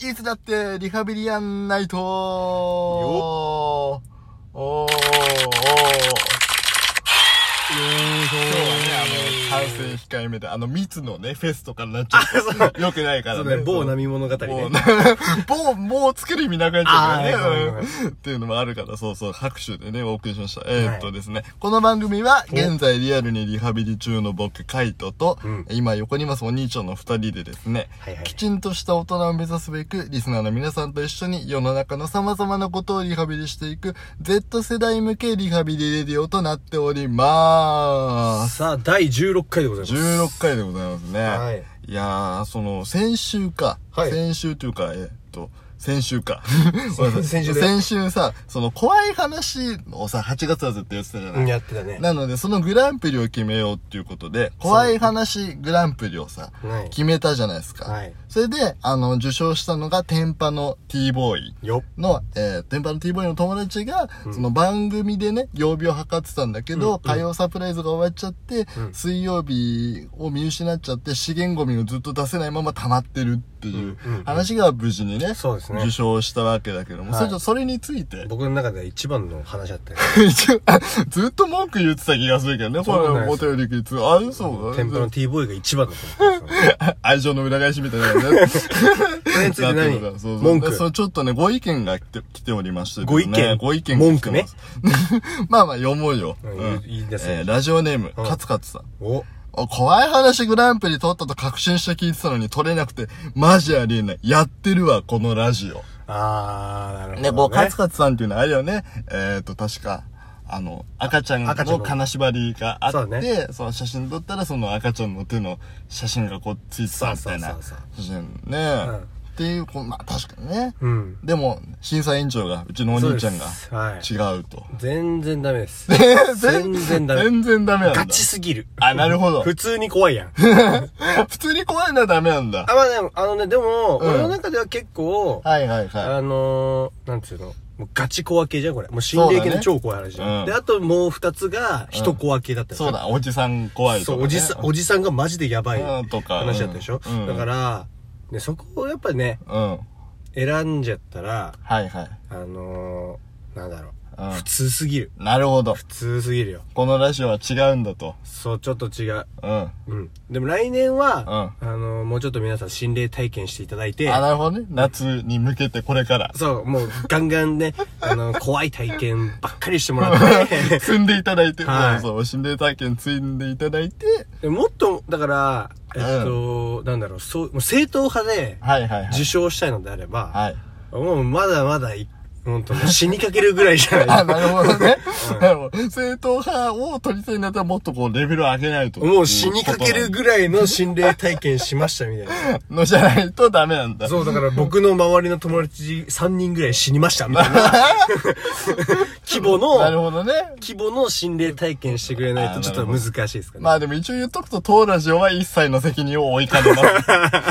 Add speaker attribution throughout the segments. Speaker 1: いつだってリハビリやんないとおーおーおー今日はね、あの、完成控えめで、あの、密のね、フェスとかになっちゃって、よくないから
Speaker 2: そう
Speaker 1: ね。
Speaker 2: ね、某波物語
Speaker 1: もうな、
Speaker 2: ね。
Speaker 1: もう、もうつける意味なくなっちゃうか
Speaker 2: あーはいはい
Speaker 1: ら
Speaker 2: は
Speaker 1: ね
Speaker 2: い。
Speaker 1: っていうのもあるから、そうそう、拍手でね、お送りしました。えー
Speaker 2: はい
Speaker 1: っとですね、この番組は、現在リアルにリハビリ中の僕、カイトと、
Speaker 2: うん
Speaker 1: 今横にいますお兄ちゃんの二人でですね、
Speaker 2: はいはい
Speaker 1: きちんとした大人を目指すべく、リスナーの皆さんと一緒に世の中の様々なことをリハビリしていく、Z 世代向けリハビリレディオとなっております。
Speaker 2: さあ、第16回でございます。
Speaker 1: 16回でございますね。
Speaker 2: はい。
Speaker 1: いやー、その、先週か。
Speaker 2: はい
Speaker 1: 先週というか、えーっと、先週か。
Speaker 2: 先週だよ
Speaker 1: 先週さ、その怖い話をさ、8月はずっとやってたじゃない。
Speaker 2: うんやってたね。
Speaker 1: なので、そのグランプリを決めようっていうことで、怖い話グランプリをさ、
Speaker 2: はい。
Speaker 1: 決めたじゃないですか。
Speaker 2: はい。
Speaker 1: それで、あの、受賞したのが、天パの T ボーイ。
Speaker 2: よ
Speaker 1: の、えー、電波の T ボーイの友達が、その番組でね、曜日を測ってたんだけど、火曜サプライズが終わっちゃって、
Speaker 2: うん
Speaker 1: 水曜日を見失っちゃって、資源ゴミをずっと出せないまま溜まってるっていう
Speaker 2: うんうんうん
Speaker 1: 話が無事にね、
Speaker 2: そうですね
Speaker 1: 受賞したわけだけども、
Speaker 2: はい
Speaker 1: それとそれについて、
Speaker 2: 僕の中では一番の話だったよ。
Speaker 1: 一応 ずっと文句言ってた気がするけどね、こ
Speaker 2: そうな
Speaker 1: れ
Speaker 2: んで
Speaker 1: お
Speaker 2: す
Speaker 1: 便りきつ。あ、そう
Speaker 2: 天ぷらの T ボーイが一番の話だったよ。
Speaker 1: 愛情の裏返しみたいなね。
Speaker 2: それについて
Speaker 1: なって
Speaker 2: 何
Speaker 1: るからそうそう
Speaker 2: 文
Speaker 1: でそ
Speaker 2: 句。
Speaker 1: うちょっとね、ご意見が来て来ておりまして、ね。
Speaker 2: ご意見
Speaker 1: ご意見
Speaker 2: 文句ね
Speaker 1: 来てます。 まあまあ、読もうよ。
Speaker 2: うん
Speaker 1: うん
Speaker 2: いいですね
Speaker 1: えーラジオネーム、
Speaker 2: うん
Speaker 1: カツカツさん。
Speaker 2: お、
Speaker 1: お怖い話グランプリ取ったと確信して聞いてたのに取れなくて、マジありえない。やってるわ、このラジオ。
Speaker 2: あー、なるほど。
Speaker 1: ね、こう、カツ
Speaker 2: か
Speaker 1: カツさんっていうのはあれよね、えっ、と、確か、あの、赤ちゃんの
Speaker 2: 赤ちゃんの
Speaker 1: 金縛りがあ
Speaker 2: そう
Speaker 1: って、
Speaker 2: だ
Speaker 1: その写真撮ったら、その赤ちゃんの手の写真がこう、ついてたみたいな
Speaker 2: そうそうそう
Speaker 1: 写真ね。
Speaker 2: うん
Speaker 1: っていう、こうまあ確かにね。
Speaker 2: うん。
Speaker 1: でも、審査委員長が、うちのお兄ちゃんが
Speaker 2: そうですはい、
Speaker 1: 違うと。
Speaker 2: 全然ダメです。
Speaker 1: 全
Speaker 2: 全然ダメ。
Speaker 1: 全然ダメなんだ
Speaker 2: ガ。チすぎる。
Speaker 1: あ、なるほど。
Speaker 2: 普通に怖いやん。
Speaker 1: 普通に怖いのはダメなんだ。
Speaker 2: あ、まあでも、あのね、でも、
Speaker 1: うん
Speaker 2: 俺の中では結構、
Speaker 1: はいはいは
Speaker 2: あのー、なんつうの、もうガチ小分けじゃん、これ。もう心霊系の超怖い話じ
Speaker 1: そうだ
Speaker 2: ゃ
Speaker 1: ね
Speaker 2: ん。で、あともう二つが、人小分けだった
Speaker 1: い。
Speaker 2: よ
Speaker 1: そうだ、おじさん怖いと
Speaker 2: そ
Speaker 1: か、
Speaker 2: う、
Speaker 1: ね。
Speaker 2: おじさん、おじさんがマジでやばい
Speaker 1: うんとか
Speaker 2: 話だったでしょ
Speaker 1: うん
Speaker 2: だから、ね、そこをやっぱね、
Speaker 1: うん。
Speaker 2: 選んじゃったら、
Speaker 1: はいはい。
Speaker 2: あのー、なんだろ
Speaker 1: うん
Speaker 2: う。普通すぎる。
Speaker 1: なるほど。
Speaker 2: 普通すぎるよ。
Speaker 1: このラジオは違うんだと。
Speaker 2: そう、ちょっと違う。
Speaker 1: うん。あ、
Speaker 2: うん。でも来年は、あのー、もうちょっと皆さん心霊体験していただいて、
Speaker 1: なるほどね。夏に向けてこれから。
Speaker 2: そう、もうガンガンね、あの、怖い体験ばっかりしてもらっ て、
Speaker 1: 積んでいただいて、
Speaker 2: はい
Speaker 1: そうそう、心霊体験積んでいただいて、
Speaker 2: でもっと、だから、えっと、なんだろう、そう、もう正統派で
Speaker 1: はいはいはい。
Speaker 2: 受賞したいのであれば、
Speaker 1: はい。
Speaker 2: もうまだまだい、本当に死にかけるぐらいじゃな
Speaker 1: あ、
Speaker 2: い。
Speaker 1: なるほどね。 なるほど正統派を取りたいんだったらもっとこうレベルを上げないと。
Speaker 2: もう死にかけるぐらいの心霊体験しましたみたい
Speaker 1: のじゃないとダメなんだ。
Speaker 2: な。そう、だから僕の周りの友達3人ぐらい死にましたみた いな。規模
Speaker 1: なる
Speaker 2: の、
Speaker 1: ほどね。
Speaker 2: 規模の心霊体験してくれないとちょっと難しいですかね。
Speaker 1: まあでも一応言っとくと、当ラジオは一切の責任を負いかね ま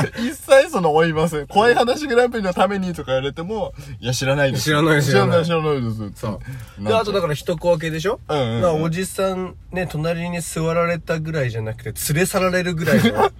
Speaker 1: す。一切その負いません。怖い話グランプリのためにとか言われても、いや知らないです。
Speaker 2: 知らないです
Speaker 1: 知らない、知
Speaker 2: 知
Speaker 1: らないです。
Speaker 2: そう。で、あとだ
Speaker 1: か
Speaker 2: から一小分けでしょ
Speaker 1: うんうんうん
Speaker 2: だからおじさんね、隣に座られたぐらいじゃなくて、連れ去られるぐらいの
Speaker 1: ら、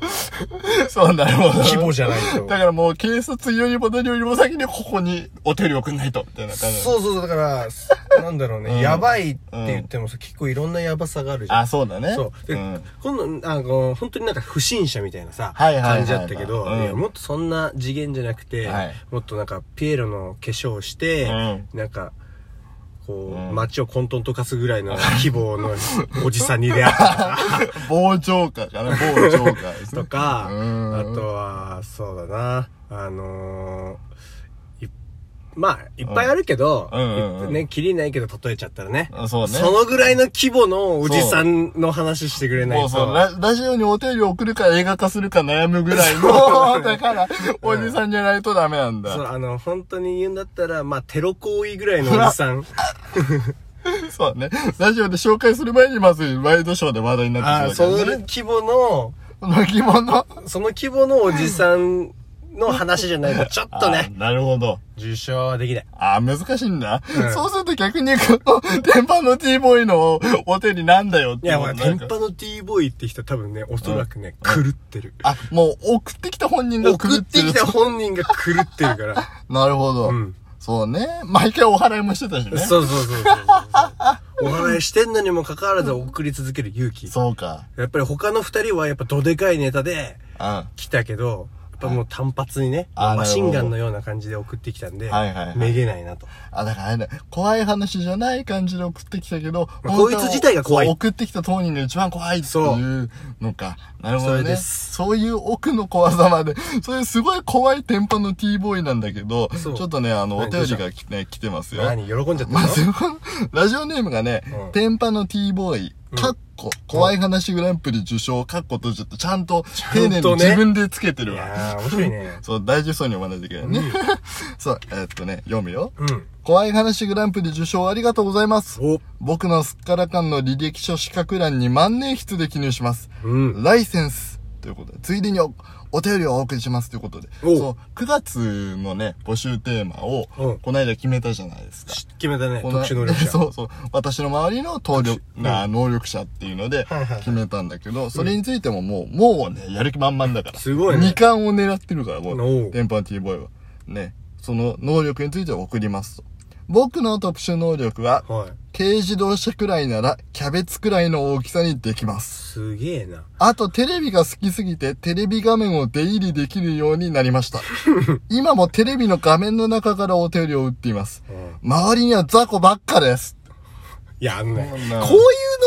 Speaker 1: そうなるほど。
Speaker 2: 規模じゃないと。
Speaker 1: だからもう警察よりも何よりも先にここにお手入れをくんないと、みたいな感じ。
Speaker 2: そうそうそう、だから、すなんだろうね、やばいって言ってもさ、結構いろんなやばさがあるじゃん。
Speaker 1: あ、そうだね。
Speaker 2: そう。で、
Speaker 1: ん
Speaker 2: 今度、あの、本当になんか不審者みたいなさ、
Speaker 1: はいはいはいはい
Speaker 2: 感じだったけど、
Speaker 1: うん
Speaker 2: いやもっとそんな次元じゃなくて、
Speaker 1: はい
Speaker 2: もっとなんかピエロの化粧をして、
Speaker 1: う
Speaker 2: なんか、こ
Speaker 1: う
Speaker 2: う、
Speaker 1: ん
Speaker 2: 街を混沌と化すぐらいの規模のおじさんに出会ったから。
Speaker 1: 傍聴歌かな、傍聴 歌ですね
Speaker 2: とか、
Speaker 1: うん
Speaker 2: あとは、そうだな、あのーいまあ、いっぱいあるけど、
Speaker 1: うんうんうんうん
Speaker 2: ね、きりないけど例えちゃったらね。
Speaker 1: あそうね
Speaker 2: のぐらいの規模のおじさんの話してくれない
Speaker 1: も
Speaker 2: と。
Speaker 1: うそうラ、ラジオにお便りを送るか映画化するか悩むぐらいの、 だから、おじさんじゃないとダメなん
Speaker 2: そう
Speaker 1: だ。
Speaker 2: あの、本当に言うんだったら、まあ、テロ行為ぐらいのおじさん。
Speaker 1: そうね。ラジオで紹介する前にまず、ワイドショーで話題になっ
Speaker 2: あー
Speaker 1: てし
Speaker 2: そ
Speaker 1: まう
Speaker 2: の
Speaker 1: からね。
Speaker 2: 規模の、
Speaker 1: その疑問の、
Speaker 2: その規模のおじさんの話じゃないと、ちょっとね、
Speaker 1: あ。なるほど。
Speaker 2: 受賞はできない。
Speaker 1: ああ、難しいんだ。
Speaker 2: うん
Speaker 1: そうすると逆に、この、天パの T ボーイのお手になんだよっ
Speaker 2: い
Speaker 1: て
Speaker 2: や、
Speaker 1: こと
Speaker 2: ほら、
Speaker 1: になる
Speaker 2: 天
Speaker 1: から。
Speaker 2: パの T ボーイって人多分ね、おそらくね、狂ってる。
Speaker 1: あ、もう送ってきた本人が狂
Speaker 2: 送っ
Speaker 1: って
Speaker 2: て
Speaker 1: る
Speaker 2: きた本人が狂って るから。
Speaker 1: なるほど。
Speaker 2: うん
Speaker 1: そうね。毎回お払いもしてたしね。そ
Speaker 2: そうそうそうそうそう。お笑いしてんのにもかかわらず送り続ける勇気。
Speaker 1: うか。
Speaker 2: やっぱり他の二人はやっぱどでかいネタで
Speaker 1: うん。は
Speaker 2: 来たけど、やっぱもう単発にね、
Speaker 1: あー
Speaker 2: マシンガンのような感じで送ってきたんで、
Speaker 1: はいはいはい
Speaker 2: めげないなと。
Speaker 1: あ、だからあれだ。怖い話じゃない感じで送ってきたけど、
Speaker 2: まあこいつ自体が怖い
Speaker 1: そう送ってきた当人が一番怖いっていうのか。なるほどね。
Speaker 2: それです
Speaker 1: そういう奥の怖さまで、そういうすごい怖い天パの T ボーイなんだけど、ち
Speaker 2: そう
Speaker 1: ょっとね、あの、お
Speaker 2: 何
Speaker 1: 便りがき、ね、来てますよ。
Speaker 2: 何喜んじゃ った
Speaker 1: ま
Speaker 2: の
Speaker 1: ず、ラジオネームがね、
Speaker 2: うん
Speaker 1: 天パの T ボーイ、
Speaker 2: うん
Speaker 1: かっこ、怖い話グランプリ受賞、かっこ閉じって、ちゃんと、丁
Speaker 2: と
Speaker 1: 寧に
Speaker 2: ね
Speaker 1: 自分でつけて
Speaker 2: い
Speaker 1: るわ。
Speaker 2: やー、面白 いね。
Speaker 1: そう、大事そうに読まないといけないね。 そう、えーっとね、読むよ。
Speaker 2: うん。
Speaker 1: 怖い話グランプリ受賞ありがとうございます。
Speaker 2: お、
Speaker 1: 僕のすっからかんの履歴書資格欄に万年筆で記入します。
Speaker 2: うん。
Speaker 1: ライセンスということで、ついでにおお便りをお送りしますということで、
Speaker 2: おう
Speaker 1: そう、9月のね、募集テーマを
Speaker 2: うん、
Speaker 1: この間決めたじゃないですか。
Speaker 2: し決めたね、
Speaker 1: こ
Speaker 2: 特
Speaker 1: の
Speaker 2: 殊能力 者。
Speaker 1: そうそう。私の周りの能力、
Speaker 2: うん
Speaker 1: な能力者っていうので
Speaker 2: はいはい
Speaker 1: 決めたんだけど、それについてももう、もうね、やる気満々だから。
Speaker 2: すごいね
Speaker 1: 二冠を狙ってるから、も
Speaker 2: お
Speaker 1: う、
Speaker 2: う
Speaker 1: 電波 T ボーイは。ね。その能力について送りますと。僕の特殊能力は、
Speaker 2: はい。
Speaker 1: 軽自動車くらいなら、キャベツくらいの大きさにできます。
Speaker 2: すげえな。
Speaker 1: あと、テレビが好きすぎて、テレビ画面を出入りできるようになりま した。今もテレビの画面の中からお手入れを打っています。
Speaker 2: うん
Speaker 1: 周りには雑魚ばっかです。
Speaker 2: いや、あのね、
Speaker 1: う
Speaker 2: こうんいう
Speaker 1: な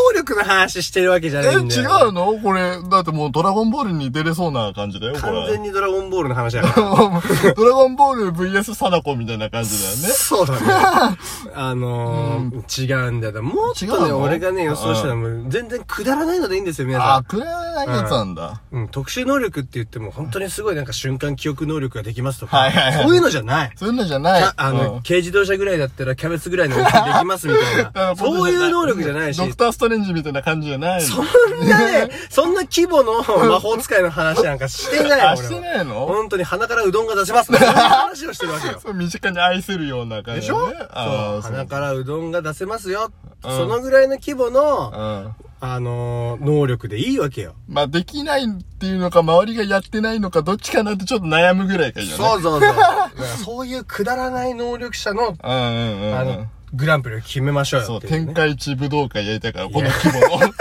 Speaker 2: 能力の話してるわけじゃ
Speaker 1: え、
Speaker 2: ない
Speaker 1: 違
Speaker 2: んだよ。
Speaker 1: うのこれ、だってもうドラゴンボールに出れそうな感じだよ、これ。
Speaker 2: 完全にドラゴンボールの話だから。
Speaker 1: ドラゴンボール VS 貞子みたいな感じだよね。
Speaker 2: そうだね。あのー、違うんだよ。もっと
Speaker 1: 違う
Speaker 2: ね、
Speaker 1: の
Speaker 2: 俺がね、予想したらもう全然くだらないのでいいんですよ、皆
Speaker 1: あ
Speaker 2: さ
Speaker 1: ー、くれないやつなんだ。
Speaker 2: ん。うん、特殊能力って言っても本当にすごいなんか瞬間記憶能力ができますと
Speaker 1: は
Speaker 2: か
Speaker 1: いはいはい、
Speaker 2: そういうのじゃない。
Speaker 1: そういうのじゃない。
Speaker 2: かあ
Speaker 1: う
Speaker 2: の、
Speaker 1: ん
Speaker 2: 軽自動車ぐらいだったらキャベツぐらいの大きさにできますみ たいな。そういう能力じゃないし
Speaker 1: ド、クターストレンジみたいな感じじゃない
Speaker 2: そ
Speaker 1: の。
Speaker 2: んなね、そんな規模の魔法使いの話なんかしてない
Speaker 1: あ、
Speaker 2: 俺は
Speaker 1: してないの
Speaker 2: 本当に鼻からうどんが出せますみたいな話をしてるわけよ。
Speaker 1: そう身近に愛せるような感
Speaker 2: で
Speaker 1: じ
Speaker 2: し
Speaker 1: だね、
Speaker 2: ょ
Speaker 1: あ
Speaker 2: そ
Speaker 1: ー
Speaker 2: う。
Speaker 1: そう
Speaker 2: 鼻からうどんが出せますよ。
Speaker 1: うん
Speaker 2: そのぐらいの規模の、
Speaker 1: うん。
Speaker 2: あのー、能力でいいわけよ。
Speaker 1: まあ、できないっていうのか、周りがやってないのか、どっちかなってちょっと悩むぐらいがいいよね。
Speaker 2: そうそうそう。 だからそういうくだらない能力者
Speaker 1: う
Speaker 2: の、
Speaker 1: んうんうんうん。
Speaker 2: あの、グランプリを決めましょう
Speaker 1: そ
Speaker 2: よ
Speaker 1: う、
Speaker 2: っていうね。
Speaker 1: 天下一武道会やりたいから、この規模 の。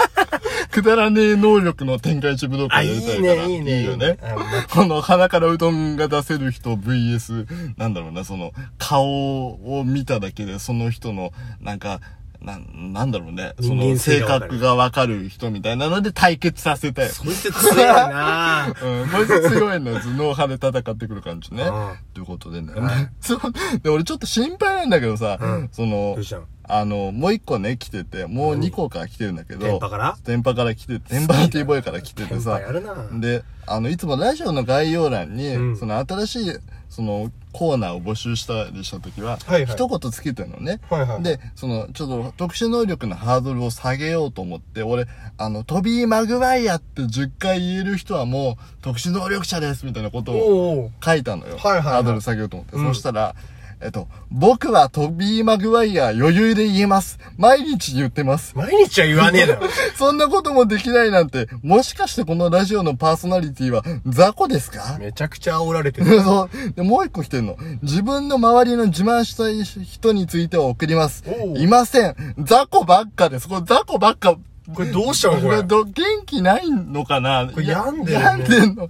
Speaker 1: くだらねえ能力の天下一武道
Speaker 2: あ、
Speaker 1: 会や
Speaker 2: い
Speaker 1: りたい
Speaker 2: い
Speaker 1: から。
Speaker 2: ね、いいね。
Speaker 1: いいよね。
Speaker 2: あ
Speaker 1: この鼻からうどんが出せる人 VS、なんだろうな、その、顔を見ただけで、その人の、なんか、なん、なんだろうね、そ
Speaker 2: 人
Speaker 1: の
Speaker 2: 間
Speaker 1: 性
Speaker 2: 性がわかる
Speaker 1: 格がわかる人みたいなので対決させたい。
Speaker 2: こいつ強いなぁ
Speaker 1: うん、こいつ強いの、頭脳派で戦ってくる感じね。
Speaker 2: うん
Speaker 1: ということでね。 そう。で、俺ちょっと心配なんだけどさ、
Speaker 2: うん
Speaker 1: その
Speaker 2: どうしたの、
Speaker 1: あの、もう一個ね、来てて、もう二個から来てるんだけど、
Speaker 2: 電波から
Speaker 1: 電波から来て、電波の T ボーイから来てて
Speaker 2: 電波
Speaker 1: さ
Speaker 2: や、るなぁ
Speaker 1: で、あの、いつもラジオの概要欄に、
Speaker 2: うん
Speaker 1: その新しい、その、コーナーを募集したりした時は、
Speaker 2: はいはい
Speaker 1: 一言つけてるのね。
Speaker 2: はいはい
Speaker 1: で、その、ちょっと特殊能力のハードルを下げようと思って、俺、あの、トビー・マグワイアって10回言える人はもう特殊能力者ですみたいなことを
Speaker 2: おー
Speaker 1: 書いたのよ。
Speaker 2: はいはいはい
Speaker 1: ハードル下げようと思って。
Speaker 2: うん
Speaker 1: そしたら、えっと、僕はトビー・マグワイア余裕で言えます。毎日言ってます。
Speaker 2: 毎日は言わねえだろ。
Speaker 1: そんなこともできないなんて、もしかしてこのラジオのパーソナリティは雑魚ですか
Speaker 2: めちゃくちゃ煽られてる。
Speaker 1: そう。で、もう一個来てんの。自分の周りの自慢したい人については送ります
Speaker 2: お。う
Speaker 1: いません。雑魚ばっかです。これ雑魚ばっか。
Speaker 2: これどうしたのこれ
Speaker 1: ど元気ないのかな
Speaker 2: これ病んでるね
Speaker 1: 病んでんの。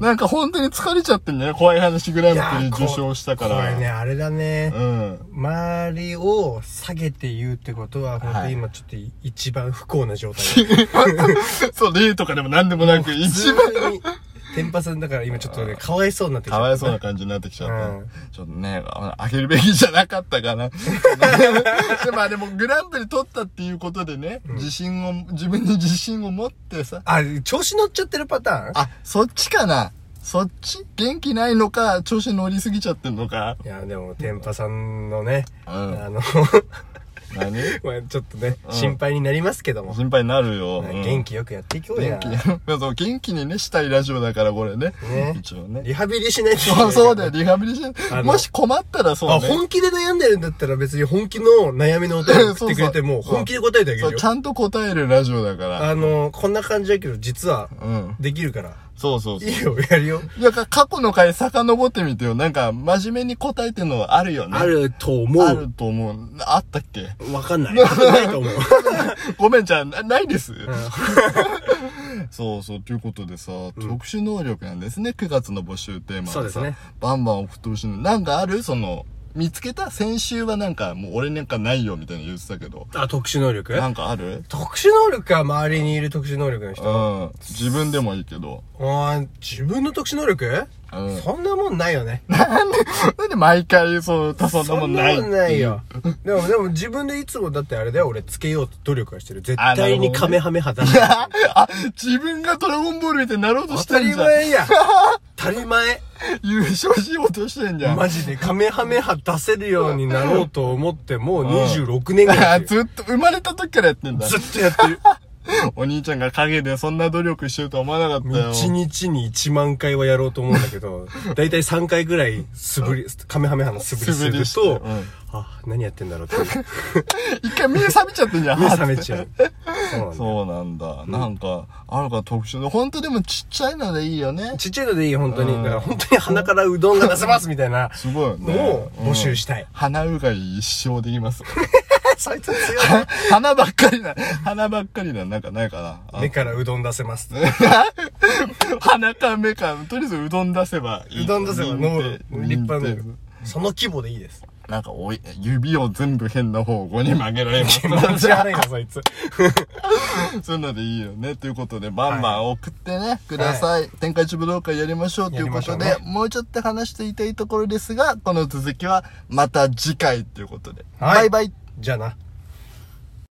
Speaker 2: う
Speaker 1: なんか本当に疲れちゃってんね。怖い話グラ
Speaker 2: いや
Speaker 1: ン
Speaker 2: ー
Speaker 1: プリ受賞したか
Speaker 2: こ
Speaker 1: ら。
Speaker 2: れね、あれだね。
Speaker 1: うん。
Speaker 2: 周りを下げて言うってことは、本当に今ちょっとい一番不幸な状態。
Speaker 1: そう、例とかでも何でもなく、 一番
Speaker 2: 普通に、天パさんだから今ちょっとね、かわいそうになってき
Speaker 1: かわいそう
Speaker 2: う。
Speaker 1: な感じになってきちゃった。
Speaker 2: うん
Speaker 1: ちょっとね、ああげるべきじゃなかったか な。でまあでも、グランプリ取ったっていうことでね、自信を、自分に自信を持ってさ、
Speaker 2: あ、調子乗っちゃってるパターン
Speaker 1: あ、そっちかなそっち元気ないのか、調子乗りすぎちゃってんのか。
Speaker 2: いや、でも、天パさんのね、
Speaker 1: うん
Speaker 2: あの、
Speaker 1: 何
Speaker 2: まあちょっとね、
Speaker 1: うん
Speaker 2: 心配になりますけども、
Speaker 1: 心配になるよ。
Speaker 2: ね
Speaker 1: うん
Speaker 2: 元気よくやっていこうや
Speaker 1: 元気。まあそう元気にね、したいラジオだから、これね。
Speaker 2: ね
Speaker 1: 一応ね。
Speaker 2: リハビリしないといけないか
Speaker 1: そ
Speaker 2: ら
Speaker 1: うそうだよ、リハビリしな
Speaker 2: あの
Speaker 1: い。もし困ったらそう
Speaker 2: あ、
Speaker 1: ね。
Speaker 2: 本気で悩んでるんだったら別に本気の悩みのお便り送ってくれても、
Speaker 1: そうそう
Speaker 2: 本気で答えてあげ
Speaker 1: そ
Speaker 2: る
Speaker 1: う
Speaker 2: よ
Speaker 1: ち。ゃんと答えるラジオだから。
Speaker 2: あの、こんな感じだけど、実は、
Speaker 1: うん。
Speaker 2: できるから。
Speaker 1: そうそうそ。
Speaker 2: いういよ、やるよ。
Speaker 1: なんか過去の回遡ってみてよ。なんか真面目に答えてるのあるよね。
Speaker 2: あ。ると思
Speaker 1: あ
Speaker 2: う。
Speaker 1: ると思う。あったっけ
Speaker 2: わかんない。ないと思う。
Speaker 1: ごめんじゃあなないです。そうそう、ということでさ、特殊能力なんですね、9月の募集テーマはさ
Speaker 2: そうですね。
Speaker 1: バンバン送ってほしいの。なんかあるその、見つけた先週はなんか、もう俺なんかないよみたいな言ってたけど。
Speaker 2: あ、特殊能力
Speaker 1: なんかある
Speaker 2: 特殊能力か、周りにいる特殊能力の
Speaker 1: う
Speaker 2: 人。
Speaker 1: ん。自分でもいいけど。
Speaker 2: あー自分の特殊能力
Speaker 1: うん
Speaker 2: そんなもんないよね。
Speaker 1: なんで毎回、そう、そんなもんない。
Speaker 2: そんなもんないよ。でも、でも自分でいつもだってあれだよ、俺つけようと努力はしてる。絶
Speaker 1: あなる
Speaker 2: 対
Speaker 1: ほど
Speaker 2: に
Speaker 1: ね
Speaker 2: カメハメ派 だ。
Speaker 1: あ、自分がドラゴンボールみたいになろうと
Speaker 2: 当
Speaker 1: して
Speaker 2: た
Speaker 1: んじ
Speaker 2: り
Speaker 1: ゃん。
Speaker 2: 前や。当たり前。
Speaker 1: 優勝しようとしてんじゃん。
Speaker 2: マジでカメハメハ出せるようになろうと思ってもう26年ぐらいや
Speaker 1: あ
Speaker 2: って
Speaker 1: ずっと、生まれた時からやってんだ
Speaker 2: る。ずっとやってる。
Speaker 1: お兄ちゃんが陰でそんな努力してるとは思わなかったよ。
Speaker 2: 1日に1万回はやろうと思うんだけど、だいたい3回ぐらい素振り、カメハメハの素振りする
Speaker 1: 素振りし
Speaker 2: と
Speaker 1: てうん、
Speaker 2: あ、何やってんだろ うって
Speaker 1: 一回目覚めちゃってんじゃん。
Speaker 2: 目覚めちゃう。そうなんだよ。
Speaker 1: そうなんだ。なんか、あるから特殊で、ほんとでもちっちゃいのでいいよね。
Speaker 2: ちっちゃいのでいい、本当に。
Speaker 1: う
Speaker 2: だ
Speaker 1: ん
Speaker 2: から本当に鼻からうどんが出せますみたいな
Speaker 1: すごいよね。
Speaker 2: のを募集
Speaker 1: し、
Speaker 2: したい。
Speaker 1: 鼻うがい一生できます。
Speaker 2: そいつ強い。
Speaker 1: 鼻ばっかりな、鼻ばっかりな、なんかないかな。あ
Speaker 2: 目からうどん出せます。
Speaker 1: 鼻か目か、とりあえずうどん出せばいい。
Speaker 2: うどん出せば
Speaker 1: 認
Speaker 2: 飲む
Speaker 1: 定
Speaker 2: 立派
Speaker 1: 認
Speaker 2: な
Speaker 1: 定。
Speaker 2: その規模でいいです。
Speaker 1: なんかおい、指を全部変な方向に曲げられます
Speaker 2: 気。持ち悪いな、そいつ。
Speaker 1: そういうのでいいよね。ということで、バンバン送ってね、ください。天下一武道会やりましょうということで、
Speaker 2: やりましょ
Speaker 1: もうちょっと話していたいところですが、この続きはまた次回ということで。
Speaker 2: はい
Speaker 1: バイバイ。
Speaker 2: じゃあな。